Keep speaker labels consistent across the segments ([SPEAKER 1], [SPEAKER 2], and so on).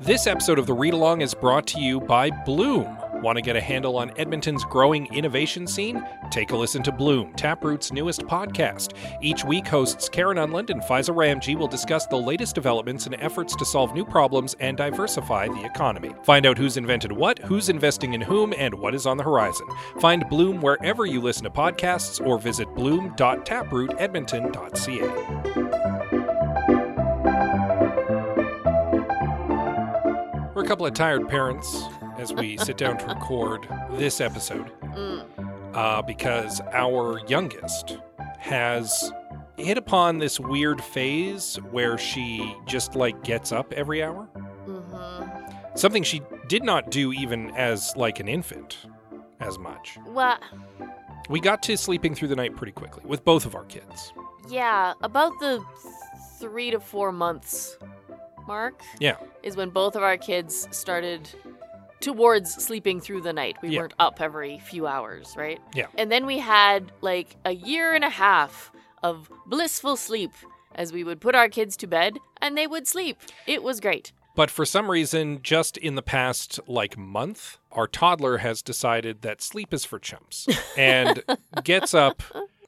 [SPEAKER 1] This episode of the Read Along is brought to you by Bloom. Want to get a handle on Edmonton's growing innovation scene? Take a listen to Bloom, Taproot's newest podcast. Each week, hosts Karen Unland and Fiza Ramji will discuss the latest developments and efforts to solve new problems and diversify the economy. Find out who's invented what, who's investing in whom, and what is on the horizon. Find Bloom wherever you listen to podcasts or visit bloom.taprootedmonton.ca. We're a couple of tired parents as we sit down to record this episode
[SPEAKER 2] Mm.
[SPEAKER 1] uh, because our youngest has hit upon this weird phase where she just like gets up every hour.
[SPEAKER 2] hmm
[SPEAKER 1] Something she did not do even as like an infant as much.
[SPEAKER 2] Well,
[SPEAKER 1] We got to sleeping through the night pretty quickly with both of our kids.
[SPEAKER 2] yeah, about the three to four months mark.
[SPEAKER 1] Yeah.
[SPEAKER 2] Is when both of our kids started towards sleeping through the night. We
[SPEAKER 1] Yeah.
[SPEAKER 2] weren't up every few hours, right?
[SPEAKER 1] Yeah.
[SPEAKER 2] And then we had like a year and a half of blissful sleep as we would put our kids to bed and they would sleep. It was great.
[SPEAKER 1] But for some reason, just in the past like month, our toddler has decided that sleep is for chumps and gets up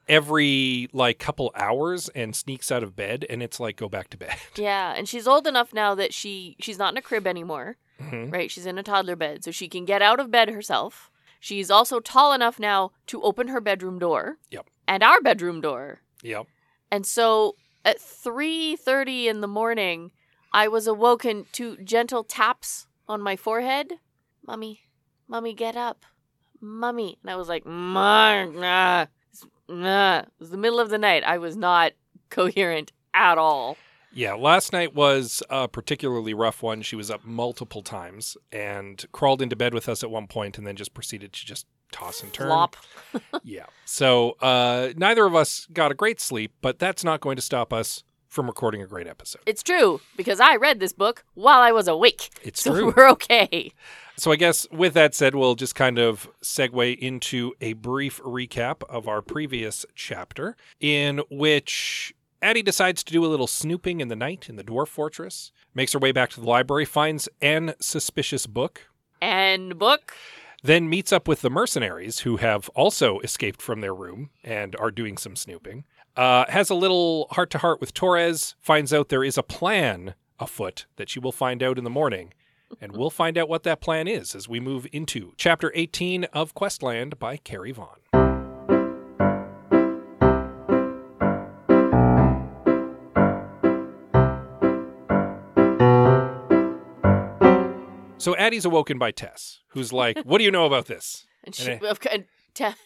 [SPEAKER 1] every like couple hours and sneaks out of bed and it's like go back to bed.
[SPEAKER 2] Yeah, and she's old enough now that she she's not in a crib anymore,
[SPEAKER 1] Mhm.
[SPEAKER 2] right? She's in a toddler bed, so she can get out of bed herself. She's also tall enough now to open her bedroom door.
[SPEAKER 1] Yep.
[SPEAKER 2] And our bedroom door.
[SPEAKER 1] Yep.
[SPEAKER 2] And so at 3:30 in the morning, I was awoken to gentle taps on my forehead. Mommy, mommy get up. Mommy. And I was like, "Mar- nah, nah." It was the middle of the night. I was not coherent at all.
[SPEAKER 1] Yeah, last night was a particularly rough one. She was up multiple times and crawled into bed with us at one point and then just proceeded to just toss and turn.
[SPEAKER 2] Flop.
[SPEAKER 1] Yeah. So uh, neither of us got a great sleep, but that's not going to stop us from recording a great episode.
[SPEAKER 2] It's true because I read this book while I was awake.
[SPEAKER 1] It's
[SPEAKER 2] so
[SPEAKER 1] true.
[SPEAKER 2] we're okay.
[SPEAKER 1] So I guess with that said, we'll just kind of segue into a brief recap of our previous chapter, in which Addie decides to do a little snooping in the night in the dwarf fortress, makes her way back to the library, finds an suspicious book,
[SPEAKER 2] And book.
[SPEAKER 1] then meets up with the mercenaries who have also escaped from their room and are doing some snooping. Uh, has a little heart to heart with Torres, finds out there is a plan afoot that she will find out in the morning. And we'll find out what that plan is as we move into Chapter 18 of Questland by Carrie Vaughn. So Addie's awoken by Tess, who's like, What do you know about this?
[SPEAKER 2] And she,
[SPEAKER 1] And
[SPEAKER 2] and ta-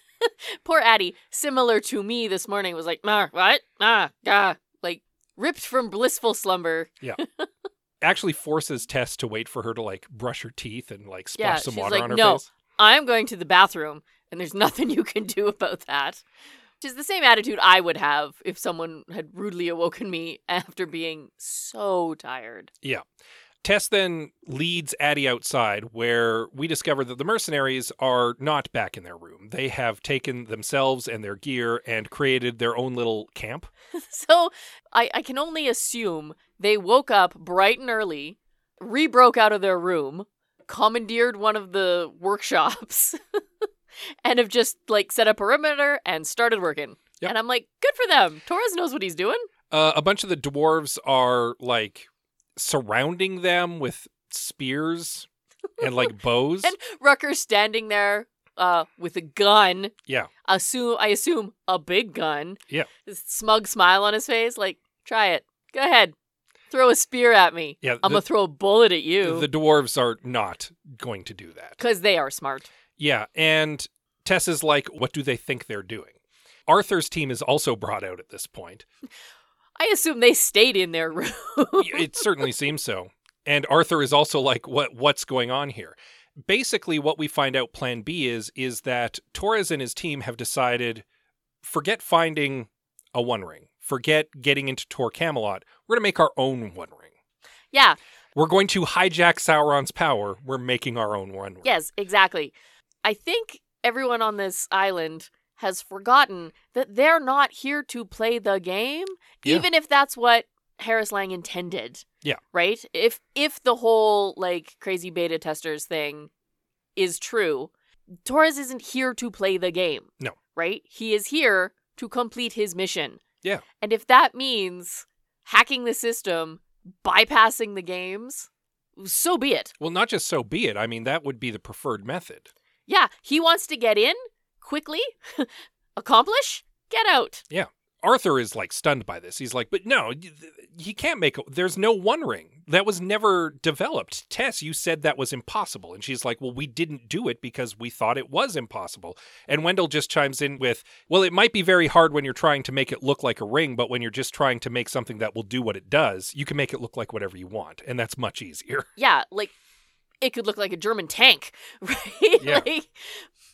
[SPEAKER 2] poor Addie, similar to me this morning, was like, "Mar, what? Ah, gah. Like ripped from blissful slumber.
[SPEAKER 1] Actually forces Tess to wait for her to like brush her teeth and like splash
[SPEAKER 2] Yeah,
[SPEAKER 1] some
[SPEAKER 2] she's
[SPEAKER 1] water
[SPEAKER 2] like,
[SPEAKER 1] on her
[SPEAKER 2] "No."
[SPEAKER 1] face.
[SPEAKER 2] I'm going to the bathroom, and there's nothing you can do about that. Which is the same attitude I would have if someone had rudely awoken me after being so tired.
[SPEAKER 1] Tess then leads Addie outside, where we discover that the mercenaries are not back in their room. They have taken themselves and their gear and created their own little camp.
[SPEAKER 2] So I, I can only assume they woke up bright and early, re broke out of their room, commandeered one of the workshops, and have just like set a perimeter and started working.
[SPEAKER 1] Yep.
[SPEAKER 2] And I'm like, good for them. Torres knows what he's doing.
[SPEAKER 1] Uh, a bunch of the dwarves are like surrounding them with spears and like bows.
[SPEAKER 2] And Rucker's standing there uh, with a gun.
[SPEAKER 1] Yeah.
[SPEAKER 2] Assume I assume a big gun.
[SPEAKER 1] Yeah.
[SPEAKER 2] This smug smile on his face, like, try it. Go ahead. Throw a spear at me.
[SPEAKER 1] Yeah,
[SPEAKER 2] I'm
[SPEAKER 1] the-
[SPEAKER 2] gonna throw a bullet at you.
[SPEAKER 1] the dwarves are not going to do that.
[SPEAKER 2] Because they are smart.
[SPEAKER 1] Yeah, and Tess is like, what do they think they're doing? Arthur's team is also brought out at this point.
[SPEAKER 2] I assume they stayed in their room.
[SPEAKER 1] it certainly seems so. And Arthur is also like, what what's going on here? Basically, what we find out plan B is is that Torres and his team have decided forget finding a one ring, forget getting into Tor Camelot. We're gonna make our own one ring.
[SPEAKER 2] Yeah.
[SPEAKER 1] We're going to hijack Sauron's power. We're making our own one ring.
[SPEAKER 2] Yes, exactly. I think everyone on this island has forgotten that they're not here to play the game,
[SPEAKER 1] Yeah.
[SPEAKER 2] even if that's what Harris Lang intended.
[SPEAKER 1] Yeah.
[SPEAKER 2] Right? If if the whole like crazy beta testers thing is true, Torres isn't here to play the game.
[SPEAKER 1] No.
[SPEAKER 2] Right? He is here to complete his mission.
[SPEAKER 1] Yeah.
[SPEAKER 2] And if that means hacking the system, bypassing the games, so be it.
[SPEAKER 1] Well, not just so be it. I mean, that would be the preferred method.
[SPEAKER 2] Yeah, he wants to get in quickly, accomplish, get out.
[SPEAKER 1] Arthur is like stunned by this. He's like, but no, y- th- he can't make. A, there's no one ring that was never developed. Tess, you said that was impossible, and she's like, well, we didn't do it because we thought it was impossible. And Wendell just chimes in with, well, it might be very hard when you're trying to make it look like a ring, but when you're just trying to make something that will do what it does, you can make it look like whatever you want, and that's much easier.
[SPEAKER 2] Yeah, like it could look like a German tank, right?
[SPEAKER 1] Yeah.
[SPEAKER 2] like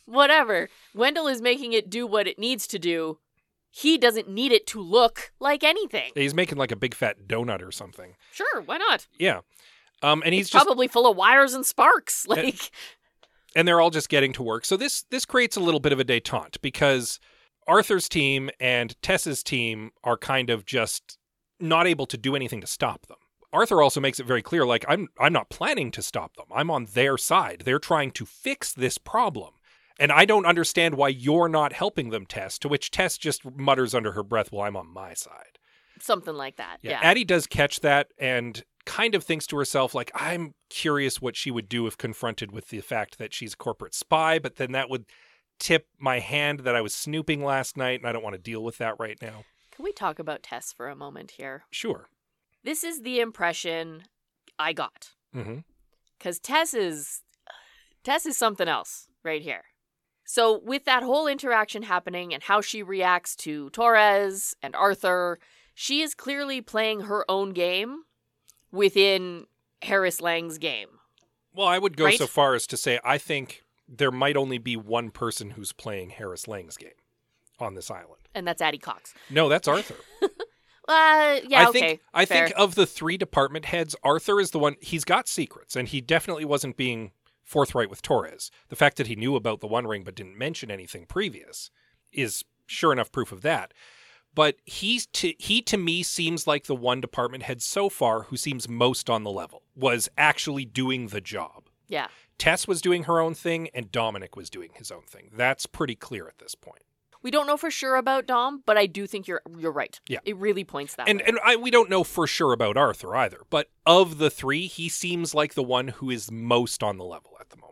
[SPEAKER 2] whatever. Wendell is making it do what it needs to do. He doesn't need it to look like anything.
[SPEAKER 1] He's making like a big fat donut or something.
[SPEAKER 2] Sure, why not?
[SPEAKER 1] Yeah. Um, and he's
[SPEAKER 2] it's
[SPEAKER 1] just
[SPEAKER 2] probably full of wires and sparks. Like,
[SPEAKER 1] and they're all just getting to work. So this this creates a little bit of a détente because Arthur's team and Tess's team are kind of just not able to do anything to stop them. Arthur also makes it very clear like I'm I'm not planning to stop them. I'm on their side. They're trying to fix this problem. And I don't understand why you're not helping them, Tess, to which Tess just mutters under her breath, "Well, I'm on my side."
[SPEAKER 2] something like that.
[SPEAKER 1] Yeah.
[SPEAKER 2] Yeah.
[SPEAKER 1] Addie does catch that and kind of thinks to herself, like, I'm curious what she would do if confronted with the fact that she's a corporate spy, but then that would tip my hand that I was snooping last night and I don't want to deal with that right now.
[SPEAKER 2] Can we talk about Tess for a moment here?
[SPEAKER 1] Sure.
[SPEAKER 2] This is the impression I got.
[SPEAKER 1] hmm
[SPEAKER 2] because Tess is Tess is something else right here. So with that whole interaction happening and how she reacts to Torres and Arthur, she is clearly playing her own game within Harris Lang's game.
[SPEAKER 1] Well, I would go
[SPEAKER 2] Right?
[SPEAKER 1] so far as to say I think there might only be one person who's playing Harris Lang's game on this island.
[SPEAKER 2] And that's Addie Cox.
[SPEAKER 1] No, that's Arthur.
[SPEAKER 2] Uh yeah,
[SPEAKER 1] I think
[SPEAKER 2] okay.
[SPEAKER 1] I
[SPEAKER 2] fair.
[SPEAKER 1] think uh, of the three department heads, Arthur is the one he's got secrets and he definitely wasn't being forthright with Torres. The fact that he knew about the one ring but didn't mention anything previous is sure enough proof of that. But he's to, he to me seems like the one department head so far who seems most on the level, was actually doing the job.
[SPEAKER 2] Yeah.
[SPEAKER 1] Tess was doing her own thing and Dominic was doing his own thing. That's pretty clear at this point.
[SPEAKER 2] We don't know for sure about Dom, but I do think you're you're right.
[SPEAKER 1] Yeah.
[SPEAKER 2] It really points that
[SPEAKER 1] and
[SPEAKER 2] way.
[SPEAKER 1] and I, we don't know for sure about Arthur either, but of the three, he seems like the one who is most on the level at the moment.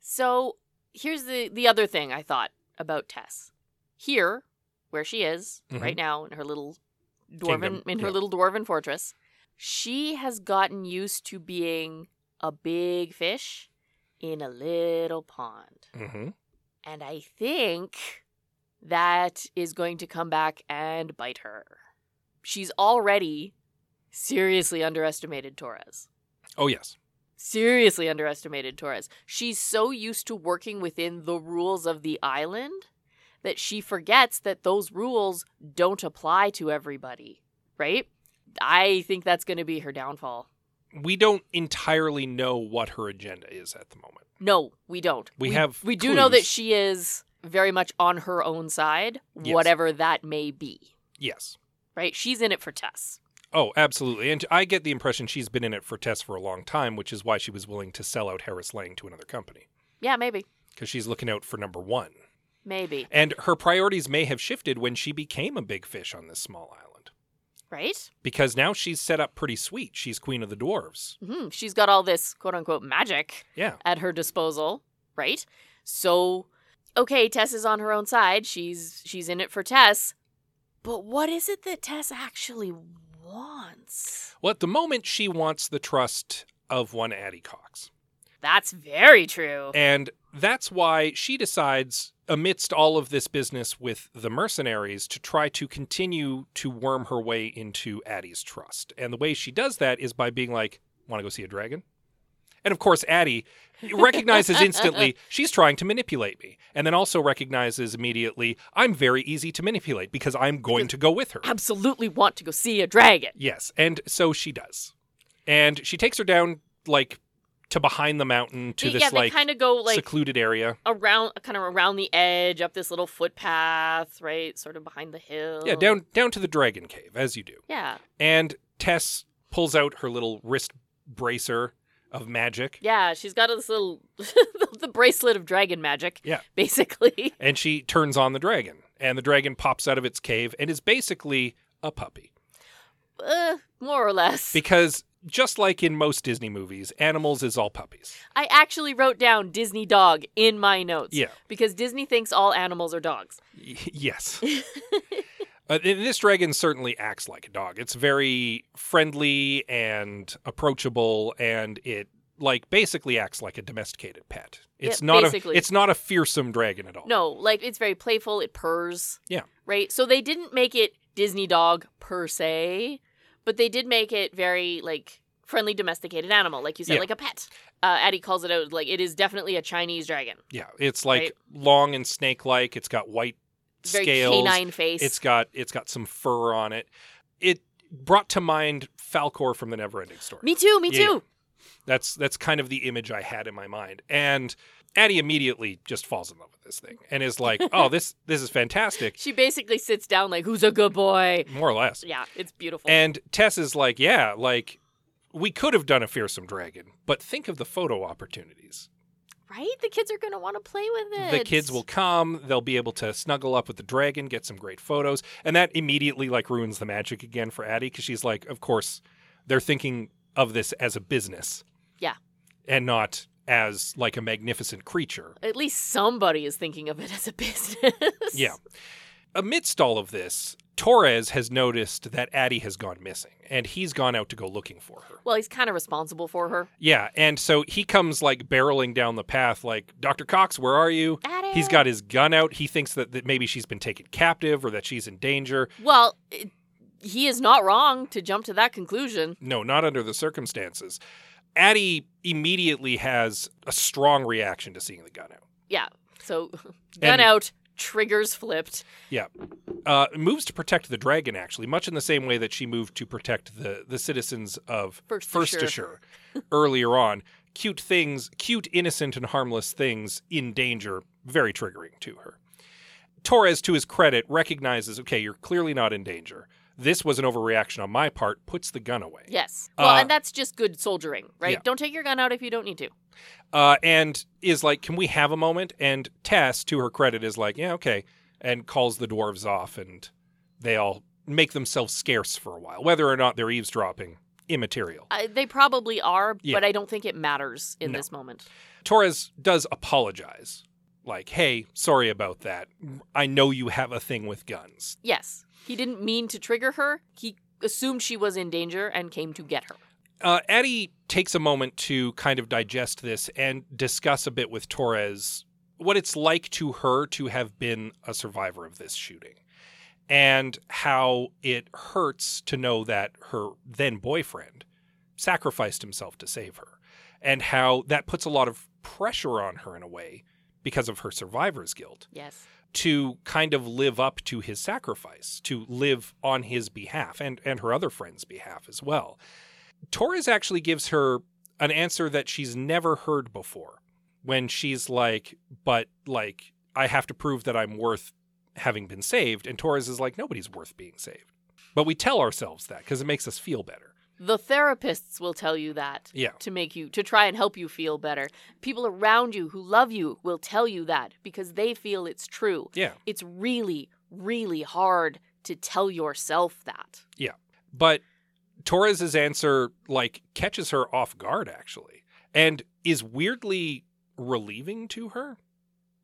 [SPEAKER 2] So here's the the other thing I thought about Tess. Here, where she is
[SPEAKER 1] Mhm.
[SPEAKER 2] right now in her little dwarven
[SPEAKER 1] Kingdom,
[SPEAKER 2] in her
[SPEAKER 1] yeah.
[SPEAKER 2] little dwarven fortress, she has gotten used to being a big fish in a little pond.
[SPEAKER 1] Mm-hmm.
[SPEAKER 2] And I think that is going to come back and bite her. She's already seriously underestimated Torres
[SPEAKER 1] Oh yes,
[SPEAKER 2] seriously underestimated Torres. She's so used to working within the rules of the island that she forgets that those rules don't apply to everybody, right? I think that's going to be her downfall.
[SPEAKER 1] we don't entirely know what her agenda is at the moment.
[SPEAKER 2] No, we don't.
[SPEAKER 1] We have
[SPEAKER 2] we do know that
[SPEAKER 1] clues.
[SPEAKER 2] she is very much on her own side,
[SPEAKER 1] Yes.
[SPEAKER 2] whatever that may be,
[SPEAKER 1] Yes.
[SPEAKER 2] right? She's in it for Tess.
[SPEAKER 1] Oh, absolutely. And I get the impression she's been in it for Tess for a long time, which is why she was willing to sell out Harris Lang to another company
[SPEAKER 2] Yeah, maybe.
[SPEAKER 1] because she's looking out for number one.
[SPEAKER 2] Maybe,
[SPEAKER 1] And her priorities may have shifted when she became a big fish on this small island
[SPEAKER 2] right?
[SPEAKER 1] because now she's set up pretty sweet. She's queen of the dwarves.
[SPEAKER 2] hmm She's got all this quote unquote magic
[SPEAKER 1] Yeah.
[SPEAKER 2] at her disposal, right? So okay, Tess is on her own side. She's she's in it for Tess. But what is it that Tess actually wants?
[SPEAKER 1] Well, at the moment, she wants the trust of one Addie Cox.
[SPEAKER 2] That's very true.
[SPEAKER 1] And that's why she decides, amidst all of this business with the mercenaries, to try to continue to worm her way into Addie's trust. And the way she does that is by being like, Want to go see a dragon? And of course, Addie recognizes instantly she's trying to manipulate me, and then also recognizes immediately I'm very easy to manipulate because I'm going to go with her.
[SPEAKER 2] Absolutely want to go see a dragon.
[SPEAKER 1] Yes, and so she does, and she takes her down like to behind the mountain to this
[SPEAKER 2] yeah, they
[SPEAKER 1] like,
[SPEAKER 2] kind of go like
[SPEAKER 1] secluded area.
[SPEAKER 2] around, kind of around the edge, up this little footpath, right? Sort of behind the hill.
[SPEAKER 1] Yeah, down down to the dragon cave as you do.
[SPEAKER 2] Yeah,
[SPEAKER 1] And Tess pulls out her little wrist bracer of magic.
[SPEAKER 2] yeah. She's got this little the, the bracelet of dragon magic.
[SPEAKER 1] Yeah.
[SPEAKER 2] basically.
[SPEAKER 1] and she turns on the dragon and the dragon pops out of its cave and is basically a puppy
[SPEAKER 2] Uh, more or less.
[SPEAKER 1] because just like in most disney movies animals is all puppies
[SPEAKER 2] I actually wrote down Disney dog in my notes.
[SPEAKER 1] yeah
[SPEAKER 2] Because Disney thinks all animals are dogs.
[SPEAKER 1] Y- yes Uh, th- this dragon certainly acts like a dog it's very friendly and approachable and it like basically acts like a domesticated pet
[SPEAKER 2] Yeah,
[SPEAKER 1] it's not
[SPEAKER 2] basically.
[SPEAKER 1] a it's not a fearsome dragon at all
[SPEAKER 2] No, like it's very playful. It purrs.
[SPEAKER 1] Yeah.
[SPEAKER 2] Right. So they didn't make it Disney dog per se, but they did make it very like friendly domesticated animal, like you said,
[SPEAKER 1] Yeah.
[SPEAKER 2] like a pet. Uh, Addie calls it out like it is definitely a Chinese dragon.
[SPEAKER 1] yeah it's like
[SPEAKER 2] Right.
[SPEAKER 1] long and snake like it's got white
[SPEAKER 2] It's very
[SPEAKER 1] scales
[SPEAKER 2] canine face.
[SPEAKER 1] It's got it's got some fur on it. It brought to mind Falcor from the Neverending Story.
[SPEAKER 2] me too. Me
[SPEAKER 1] Yeah.
[SPEAKER 2] too.
[SPEAKER 1] That's that's kind of the image I had in my mind. And Addie immediately just falls in love with this thing and is like, "Oh, this this is fantastic."
[SPEAKER 2] She basically sits down like, "Who's a good boy?"
[SPEAKER 1] More or less.
[SPEAKER 2] Yeah, it's beautiful.
[SPEAKER 1] And Tess is like, "Yeah, like we could have done a fearsome dragon, but think of the photo opportunities.
[SPEAKER 2] right? The kids are gonna want to play with it.
[SPEAKER 1] The kids will come, they'll be able to snuggle up with the dragon, get some great photos, and that immediately like ruins the magic again for Addie because she's like, of course, they're thinking of this as a business.
[SPEAKER 2] Yeah.
[SPEAKER 1] And not as like a magnificent creature.
[SPEAKER 2] At least somebody is thinking of it as a business.
[SPEAKER 1] Yeah. Amidst all of this, Torres has noticed that Addie has gone missing and he's gone out to go looking for her.
[SPEAKER 2] Well, he's kind of responsible for her.
[SPEAKER 1] Yeah, and so he comes like barreling down the path like, "Dr. Cox, where are you?"
[SPEAKER 2] Addie.
[SPEAKER 1] He's got his gun out. He thinks that, that maybe she's been taken captive or that she's in danger.
[SPEAKER 2] Well, it, he is not wrong to jump to that conclusion.
[SPEAKER 1] No, not under the circumstances. Addie immediately has a strong reaction to seeing the gun out.
[SPEAKER 2] Yeah. So, gun
[SPEAKER 1] And-
[SPEAKER 2] out, triggers flipped.
[SPEAKER 1] Uh, moves to protect the dragon, actually, much in the same way that she moved to protect the, the citizens of
[SPEAKER 2] First, for
[SPEAKER 1] First
[SPEAKER 2] sure.
[SPEAKER 1] Ashur earlier on. Cute things, cute, innocent, and harmless things in danger, very triggering to her. Torres, to his credit, recognizes okay, you're clearly not in danger. This was an overreaction on my part, puts the gun away.
[SPEAKER 2] Yes. Well,
[SPEAKER 1] Uh,
[SPEAKER 2] and that's just good soldiering, right?
[SPEAKER 1] yeah.
[SPEAKER 2] Don't take your gun out if you don't need to.
[SPEAKER 1] uh, and is like, "Can we have a moment?" And Tess, to her credit, is like, "Yeah, okay," and calls the dwarves off, and they all make themselves scarce for a while, whether or not they're eavesdropping. Immaterial.
[SPEAKER 2] Uh, they probably are,
[SPEAKER 1] Yeah.
[SPEAKER 2] but I don't think it matters in
[SPEAKER 1] No.
[SPEAKER 2] this moment.
[SPEAKER 1] Torres does apologize, like, "Hey, sorry about that. I know you have a thing with guns."
[SPEAKER 2] Yes. He didn't mean to trigger her. He assumed she was in danger and came to get her.
[SPEAKER 1] Uh, Addie takes a moment to kind of digest this and discuss a bit with Torres what it's like to her to have been a survivor of this shooting and how it hurts to know that her then boyfriend sacrificed himself to save her and how that puts a lot of pressure on her in a way because of her survivor's guilt
[SPEAKER 2] Yes.
[SPEAKER 1] to kind of live up to his sacrifice, to live on his behalf and, and her other friend's behalf as well. Torres actually gives her an answer that she's never heard before when she's like, but like, I have to prove that I'm worth having been saved. And Torres is like, nobody's worth being saved. But we tell ourselves that because it makes us feel better.
[SPEAKER 2] The therapists will tell you that.
[SPEAKER 1] Yeah.
[SPEAKER 2] to make you to try and help you feel better. People around you who love you will tell you that because they feel it's true.
[SPEAKER 1] Yeah.
[SPEAKER 2] It's really really hard to tell yourself that.
[SPEAKER 1] But Torres's answer like catches her off guard actually and is weirdly relieving to her.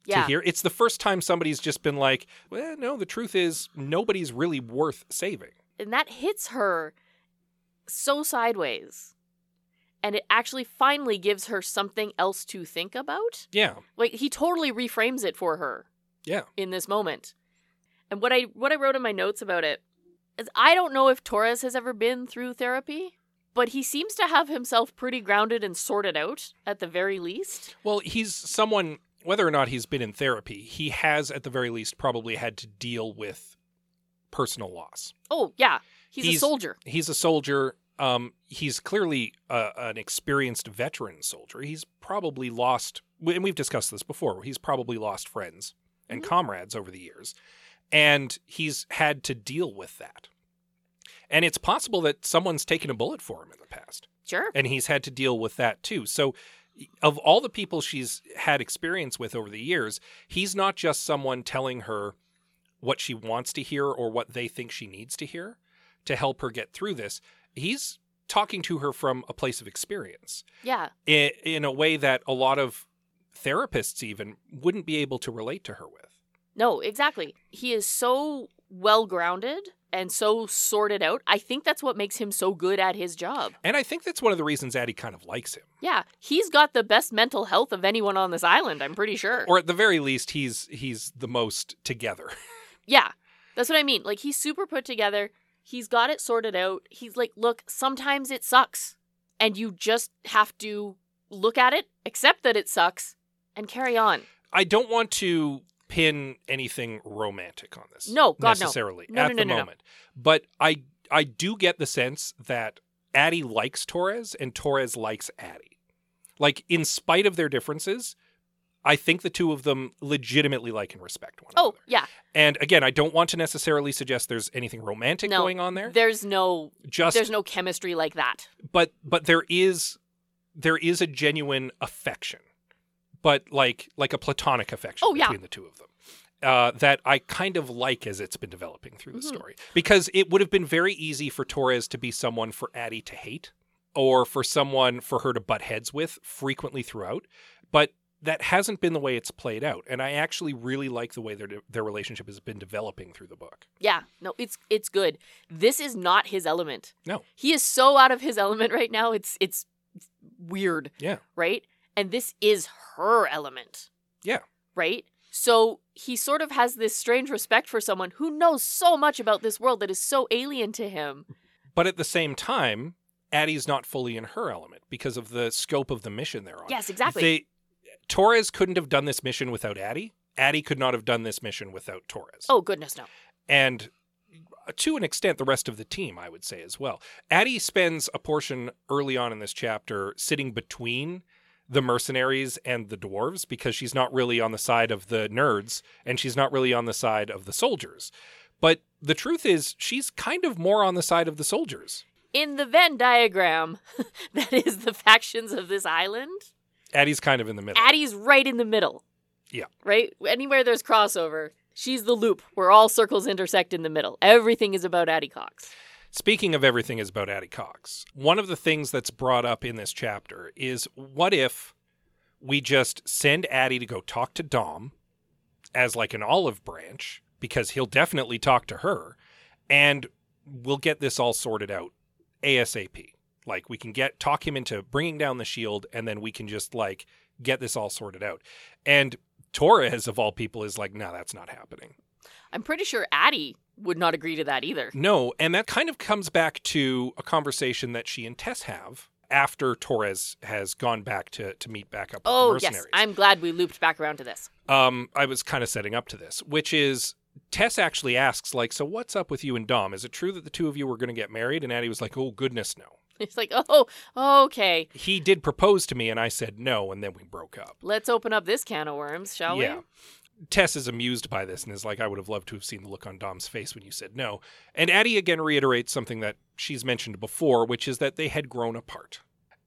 [SPEAKER 2] Yeah.
[SPEAKER 1] to hear. It's the first time somebody's just been like, well, no, the truth is nobody's really worth saving.
[SPEAKER 2] and that hits her so sideways. And it actually finally gives her something else to think about.
[SPEAKER 1] Yeah.
[SPEAKER 2] Like he totally reframes it for her.
[SPEAKER 1] Yeah.
[SPEAKER 2] in this moment. And what I what I wrote in my notes about it is I don't know if Torres has ever been through therapy. but he seems to have himself pretty grounded and sorted out at the very least.
[SPEAKER 1] Well, he's someone, whether or not he's been in therapy, he has at the very least probably had to deal with personal loss.
[SPEAKER 2] Oh, yeah. He's, a
[SPEAKER 1] He's-
[SPEAKER 2] soldier.
[SPEAKER 1] He's a soldier. Um, he's clearly uh an experienced veteran soldier. He's probably lost, and we've discussed this before, he's probably lost friends and
[SPEAKER 2] Mhm.
[SPEAKER 1] comrades over the years. And he's had to deal with that. And it's possible that someone's taken a bullet for him in the past.
[SPEAKER 2] Sure.
[SPEAKER 1] and he's had to deal with that too. So, e, of all the people she's had experience with over the years, he's not just someone telling her what she wants to hear or what they think she needs to hear to help her get through this. He's talking to her from a place of experience
[SPEAKER 2] Yeah.
[SPEAKER 1] in, in a way that a lot of therapists even wouldn't be able to relate to her with.
[SPEAKER 2] No, exactly. He is so well grounded and so sorted out. I think that's what makes him so good at his job.
[SPEAKER 1] And I think that's one of the reasons Addie kind of likes him.
[SPEAKER 2] Yeah, he's got the best mental health of anyone on this island, I'm pretty sure.
[SPEAKER 1] Or at the very least he's he's the most together.
[SPEAKER 2] yeah. That's what I mean. Like he's super put together. He's got it sorted out. He's like, "Look, sometimes it sucks and you just have to look at it, accept that it sucks and carry on."
[SPEAKER 1] I don't want to pin anything romantic on this.
[SPEAKER 2] No, God, no.
[SPEAKER 1] necessarily
[SPEAKER 2] No, no,
[SPEAKER 1] at
[SPEAKER 2] no,
[SPEAKER 1] the
[SPEAKER 2] no, no.
[SPEAKER 1] moment. But I I do get the sense that Addie likes Torres and Torres likes Addie. Like in spite of their differences, I think the two of them legitimately like and respect one
[SPEAKER 2] Oh,
[SPEAKER 1] another.
[SPEAKER 2] yeah.
[SPEAKER 1] And again, I don't want to necessarily suggest there's anything romantic
[SPEAKER 2] No.
[SPEAKER 1] going on there.
[SPEAKER 2] There's no
[SPEAKER 1] Just
[SPEAKER 2] there's no chemistry like that.
[SPEAKER 1] but but there is there is a genuine affection but like like a platonic affection
[SPEAKER 2] Oh, yeah.
[SPEAKER 1] between the two of them uh, that I kind of like as it's been developing through the
[SPEAKER 2] Mhm.
[SPEAKER 1] story because it would have been very easy for Torres to be someone for Addie to hate or for someone for her to butt heads with frequently throughout but that hasn't been the way it's played out and I actually really like the way their their relationship has been developing through the book
[SPEAKER 2] Yeah, no, it's it's good. This is not his element.
[SPEAKER 1] No.
[SPEAKER 2] He is so out of his element right now. It's it's weird.
[SPEAKER 1] Yeah.
[SPEAKER 2] Right? And this is her element.
[SPEAKER 1] Yeah.
[SPEAKER 2] Right? So he sort of has this strange respect for someone who knows so much about this world that is so alien to him.
[SPEAKER 1] But at the same time, Addie's not fully in her element because of the scope of the mission they're on.
[SPEAKER 2] Yes, exactly.
[SPEAKER 1] They, Torres couldn't have done this mission without Addie. Addie could not have done this mission without Torres.
[SPEAKER 2] oh goodness no.
[SPEAKER 1] And uh, to an extent, the rest of the team, I would say as well. Addie spends a portion early on in this chapter sitting between the mercenaries and the dwarves because she's not really on the side of the nerds and she's not really on the side of the soldiers. But the truth is, she's kind of more on the side of the soldiers.
[SPEAKER 2] In the Venn diagram that is the factions of this island,
[SPEAKER 1] Addie's kind of in the middle.
[SPEAKER 2] Addie's right in the middle.
[SPEAKER 1] Yeah.
[SPEAKER 2] Right? Anywhere there's crossover, she's the loop where all circles intersect in the middle. Everything is about Addie Cox.
[SPEAKER 1] Speaking of everything is about Addie Cox. One of the things that's brought up in this chapter is what if we just send Addie to go talk to Dom as like an olive branch because he'll definitely talk to her and we'll get this all sorted out ASAP. Like we can get talk him into bringing down the shield and then we can just like get this all sorted out. And Torres of all people is like, "No, that's not happening."
[SPEAKER 2] I'm pretty sure Addie would not agree to that either.
[SPEAKER 1] No, and that kind of comes back to a conversation that she and Tess have after Torres has gone back to to meet back up with
[SPEAKER 2] Oh,
[SPEAKER 1] the
[SPEAKER 2] yes.
[SPEAKER 1] mercenaries.
[SPEAKER 2] I'm glad we looped back around to this.
[SPEAKER 1] um, I was kind of setting up to this, which is Tess actually asks, like, so what's up with you and Dom? Is it true that the two of you were going to get married? And Addie was like, oh goodness, no.
[SPEAKER 2] It's like, oh, okay.
[SPEAKER 1] He did propose to me, and I said no, and then we broke up.
[SPEAKER 2] Let's open up this can of worms, shall we?
[SPEAKER 1] yeah. Tess is amused by this and is like, I would have loved to have seen the look on Dom's face when you said no. And Addie again reiterates something that she's mentioned before, which is that they had grown apart.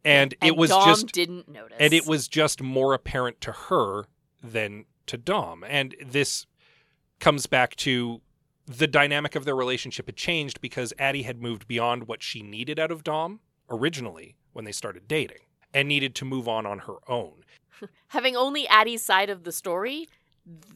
[SPEAKER 1] And,
[SPEAKER 2] And
[SPEAKER 1] it was
[SPEAKER 2] Dom
[SPEAKER 1] just
[SPEAKER 2] didn't notice.
[SPEAKER 1] and it was just more apparent to her than to Dom. And this comes back to the dynamic of their relationship had changed because Addie had moved beyond what she needed out of Dom originally when they started dating and needed to move on on her own.
[SPEAKER 2] having only Addie's side of the story.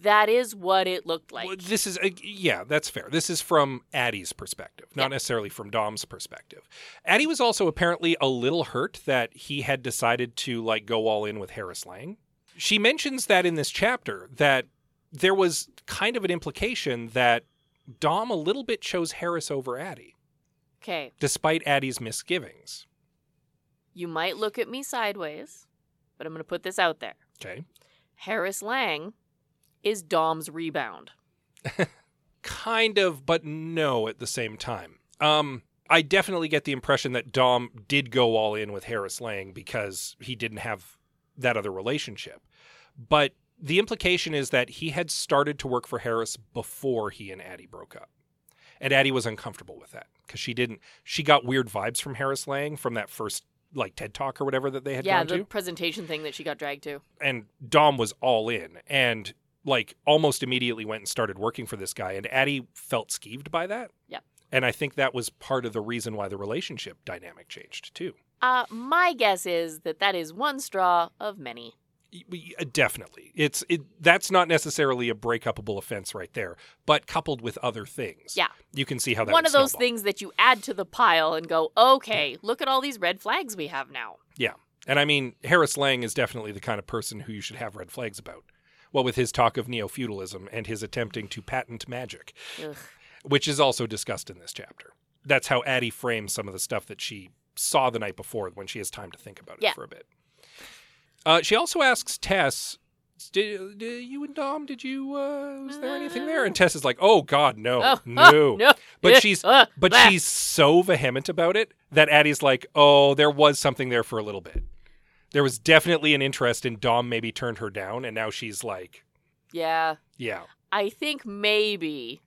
[SPEAKER 2] That is what it looked like.
[SPEAKER 1] Well, this is uh, yeah, that's fair. This is from Addie's perspective, not
[SPEAKER 2] Yeah.
[SPEAKER 1] necessarily from Dom's perspective. Addie was also apparently a little hurt that he had decided to like go all in with Harris Lang. She mentions that in this chapter that there was kind of an implication that Dom a little bit chose Harris over Addie,
[SPEAKER 2] Okay.
[SPEAKER 1] despite Addie's misgivings.
[SPEAKER 2] You might look at me sideways, but I'm going to put this out there.
[SPEAKER 1] Okay.
[SPEAKER 2] Harris Lang is Dom's rebound.
[SPEAKER 1] Kind of, but no at the same time. Um, I definitely get the impression that Dom did go all in with Harris Lang because he didn't have that other relationship. But the implication is that he had started to work for Harris before he and Addie broke up. And Addie was uncomfortable with that because she didn't, she got weird vibes from Harris Lang from that first like TED talk or whatever that they had
[SPEAKER 2] yeah,
[SPEAKER 1] gone
[SPEAKER 2] the
[SPEAKER 1] to.
[SPEAKER 2] presentation thing that she got dragged to.
[SPEAKER 1] and Dom was all in and like almost immediately went and started working for this guy and Addie felt skeeved by that.
[SPEAKER 2] Yep.
[SPEAKER 1] And I think that was part of the reason why the relationship dynamic changed too.
[SPEAKER 2] Uh, my guess is that that is one straw of many.
[SPEAKER 1] Y- y- Definitely. It's it, that's not necessarily a breakupable offense right there, but coupled with other things.
[SPEAKER 2] Yeah.
[SPEAKER 1] You can see how Oh, that
[SPEAKER 2] One
[SPEAKER 1] would
[SPEAKER 2] of those
[SPEAKER 1] snowball.
[SPEAKER 2] things that you add to the pile and go, okay, look at all these red flags we have now.
[SPEAKER 1] And I mean, Harris Lang is definitely the kind of person who you should have red flags about. Well, with his talk of neo feudalism and his attempting to patent magic,
[SPEAKER 2] Ugh.
[SPEAKER 1] which is also discussed in this chapter. That's how Addie frames some of the stuff that she saw the night before when she has time to think about it
[SPEAKER 2] Yeah.
[SPEAKER 1] for a bit. Uh, she also asks Tess, did, did you and Dom, did you, uh, was there anything there? And Tess is like, oh, God, no,
[SPEAKER 2] Oh,
[SPEAKER 1] no.
[SPEAKER 2] no.
[SPEAKER 1] But she's,
[SPEAKER 2] Uh,
[SPEAKER 1] but
[SPEAKER 2] blah.
[SPEAKER 1] she's so vehement about it that Addie's like, oh, there was something there for a little bit. There was definitely an interest in Dom maybe turned her down, and now she's like,
[SPEAKER 2] Yeah.
[SPEAKER 1] yeah,
[SPEAKER 2] I think maybe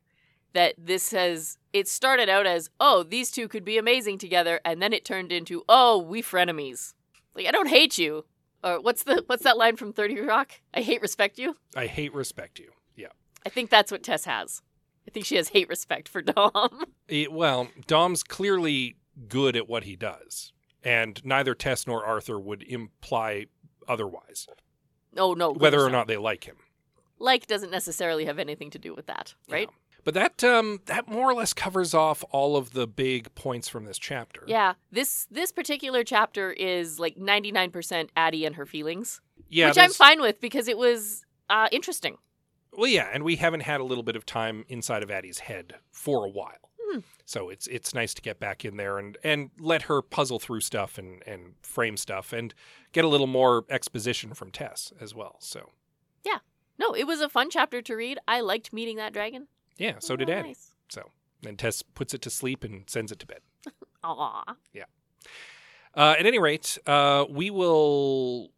[SPEAKER 2] that this has it started out as oh these two could be amazing together and then it turned into oh we frenemies like I don't hate you or what's the what's that line from Thirty Rock I hate respect you
[SPEAKER 1] I hate respect you. Yeah.
[SPEAKER 2] I think that's what Tess has I think she has hate respect for Dom
[SPEAKER 1] It- well, Dom's clearly good at what he does, and neither Tess nor Arthur would imply otherwise,
[SPEAKER 2] oh no
[SPEAKER 1] whether or
[SPEAKER 2] goodness, no.
[SPEAKER 1] not they like him.
[SPEAKER 2] like doesn't necessarily have anything to do with that right
[SPEAKER 1] But that um, that more or less covers off all of the big points from this chapter.
[SPEAKER 2] yeah this this particular chapter is like ninety nine percent Addie and her feelings
[SPEAKER 1] yeah.
[SPEAKER 2] which I'm
[SPEAKER 1] there's-
[SPEAKER 2] fine with because it was uh, interesting
[SPEAKER 1] Well, yeah, and we haven't had a little bit of time inside of Addie's head for a while,
[SPEAKER 2] Hmm.
[SPEAKER 1] so it's it's nice to get back in there and and let her puzzle through stuff and and frame stuff and get a little more exposition from Tess as well. So
[SPEAKER 2] No, it was a fun chapter to read. I liked meeting that dragon.
[SPEAKER 1] yeah, so did Addie.
[SPEAKER 2] Addie.
[SPEAKER 1] And Tess puts it to sleep and sends it to bed.
[SPEAKER 2] Aw.
[SPEAKER 1] Uh, at any rate, uh, we will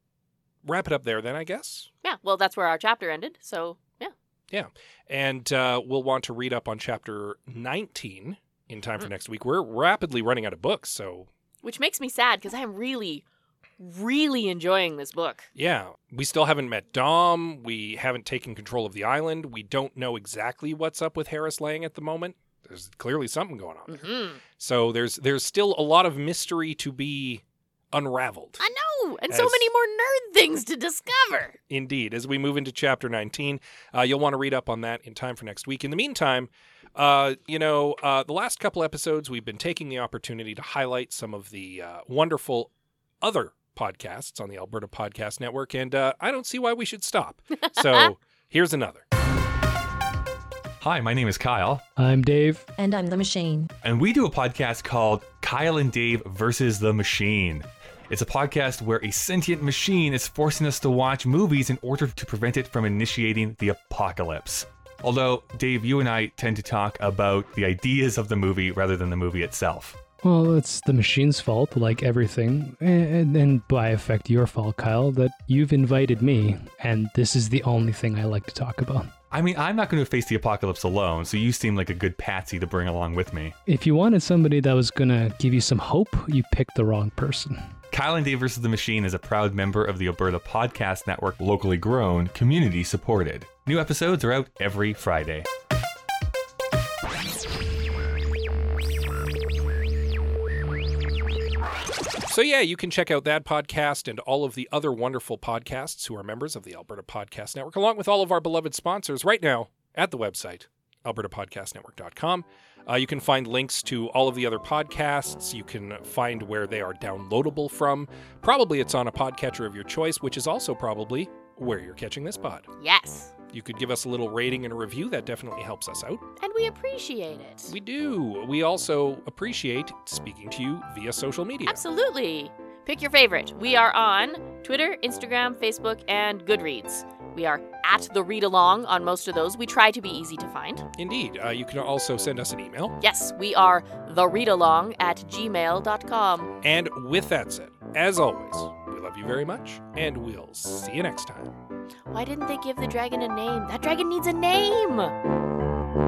[SPEAKER 1] wrap it up there then, I guess.
[SPEAKER 2] Yeah, well, that's where our chapter ended. So, yeah.
[SPEAKER 1] And uh, we'll want to read up on chapter 19 in time for next week. We're rapidly running out of books. So,
[SPEAKER 2] Which makes me sad because I'm really, really enjoying this book.
[SPEAKER 1] yeah, we still haven't met Dom. We haven't taken control of the island. We don't know exactly what's up with Harris Lang at the moment. There's clearly something going on.
[SPEAKER 2] Mm-hmm.
[SPEAKER 1] So, there's, there's still a lot of mystery to be unraveled.
[SPEAKER 2] I know. And so
[SPEAKER 1] As-
[SPEAKER 2] many more nerd things to discover.
[SPEAKER 1] Indeed. As we move into chapter 19, uh, you'll want to read up on that in time for next week. In the meantime, uh, you know, uh, the last couple episodes, we've been taking the opportunity to highlight some of the uh, wonderful other podcasts on the Alberta Podcast Network, and uh, I don't see why we should stop. So here's another.
[SPEAKER 3] Hi, my name is Kyle,
[SPEAKER 4] I'm Dave.
[SPEAKER 5] And I'm the machine.
[SPEAKER 3] and we do a podcast called Kyle and Dave versus the Machine. It's a podcast where a sentient machine is forcing us to watch movies in order to prevent it from initiating the apocalypse. Although, Dave, you and I tend to talk about the ideas of the movie rather than the movie itself.
[SPEAKER 4] Well, it's the machine's fault, like everything, and, and by effect, your fault, Kyle, that you've invited me, and this is the only thing I like to talk about.
[SPEAKER 3] I mean, I'm not going to face the apocalypse alone, so you seem like a good patsy to bring along with me.
[SPEAKER 4] If you wanted somebody that was gonna give you some hope, you picked the wrong person.
[SPEAKER 3] Kyle and Dave vs. the Machine is a proud member of the Alberta Podcast Network, locally grown, community supported. New episodes are out every Friday.
[SPEAKER 1] So, yeah, you can check out that podcast and all of the other wonderful podcasts who are members of the Alberta Podcast Network, along with all of our beloved sponsors right now at the website, albertapodcastnetwork.com. Uh, you can find links to all of the other podcasts. You can find where they are downloadable from. Probably it's on a podcatcher of your choice, which is also probably where you're catching this pod.
[SPEAKER 2] Yes.
[SPEAKER 1] You could give us a little rating and a review. That definitely helps us out.
[SPEAKER 2] And we appreciate it.
[SPEAKER 1] We do. We also appreciate speaking to you via social media.
[SPEAKER 2] Absolutely. Pick your favorite. We are on Twitter, Instagram, Facebook, and Goodreads. We are at the read along on most of those. We try to be easy to find.
[SPEAKER 1] Indeed, uh, you can also send us an email.
[SPEAKER 2] Yes, we are the readalong at gmail.com.
[SPEAKER 1] And with that said, as always, we love you very much, and we'll see you next time.
[SPEAKER 2] Why didn't they give the dragon a name? That dragon needs a name!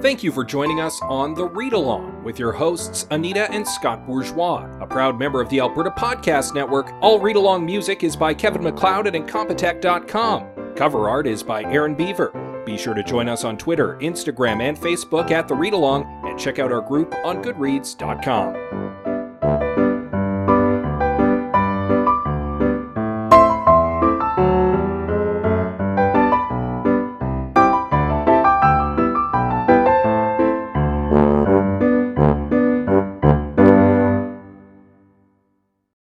[SPEAKER 1] Thank you for joining us on The Read Along with your hosts, Anita and Scott Bourgeois, a proud member of the Alberta Podcast Network. All read along music is by Kevin McLeod at Incompetech.com. Cover art is by Aaron Beaver. Be sure to join us on Twitter, Instagram, and Facebook at The Read Along and check out our group on Goodreads.com.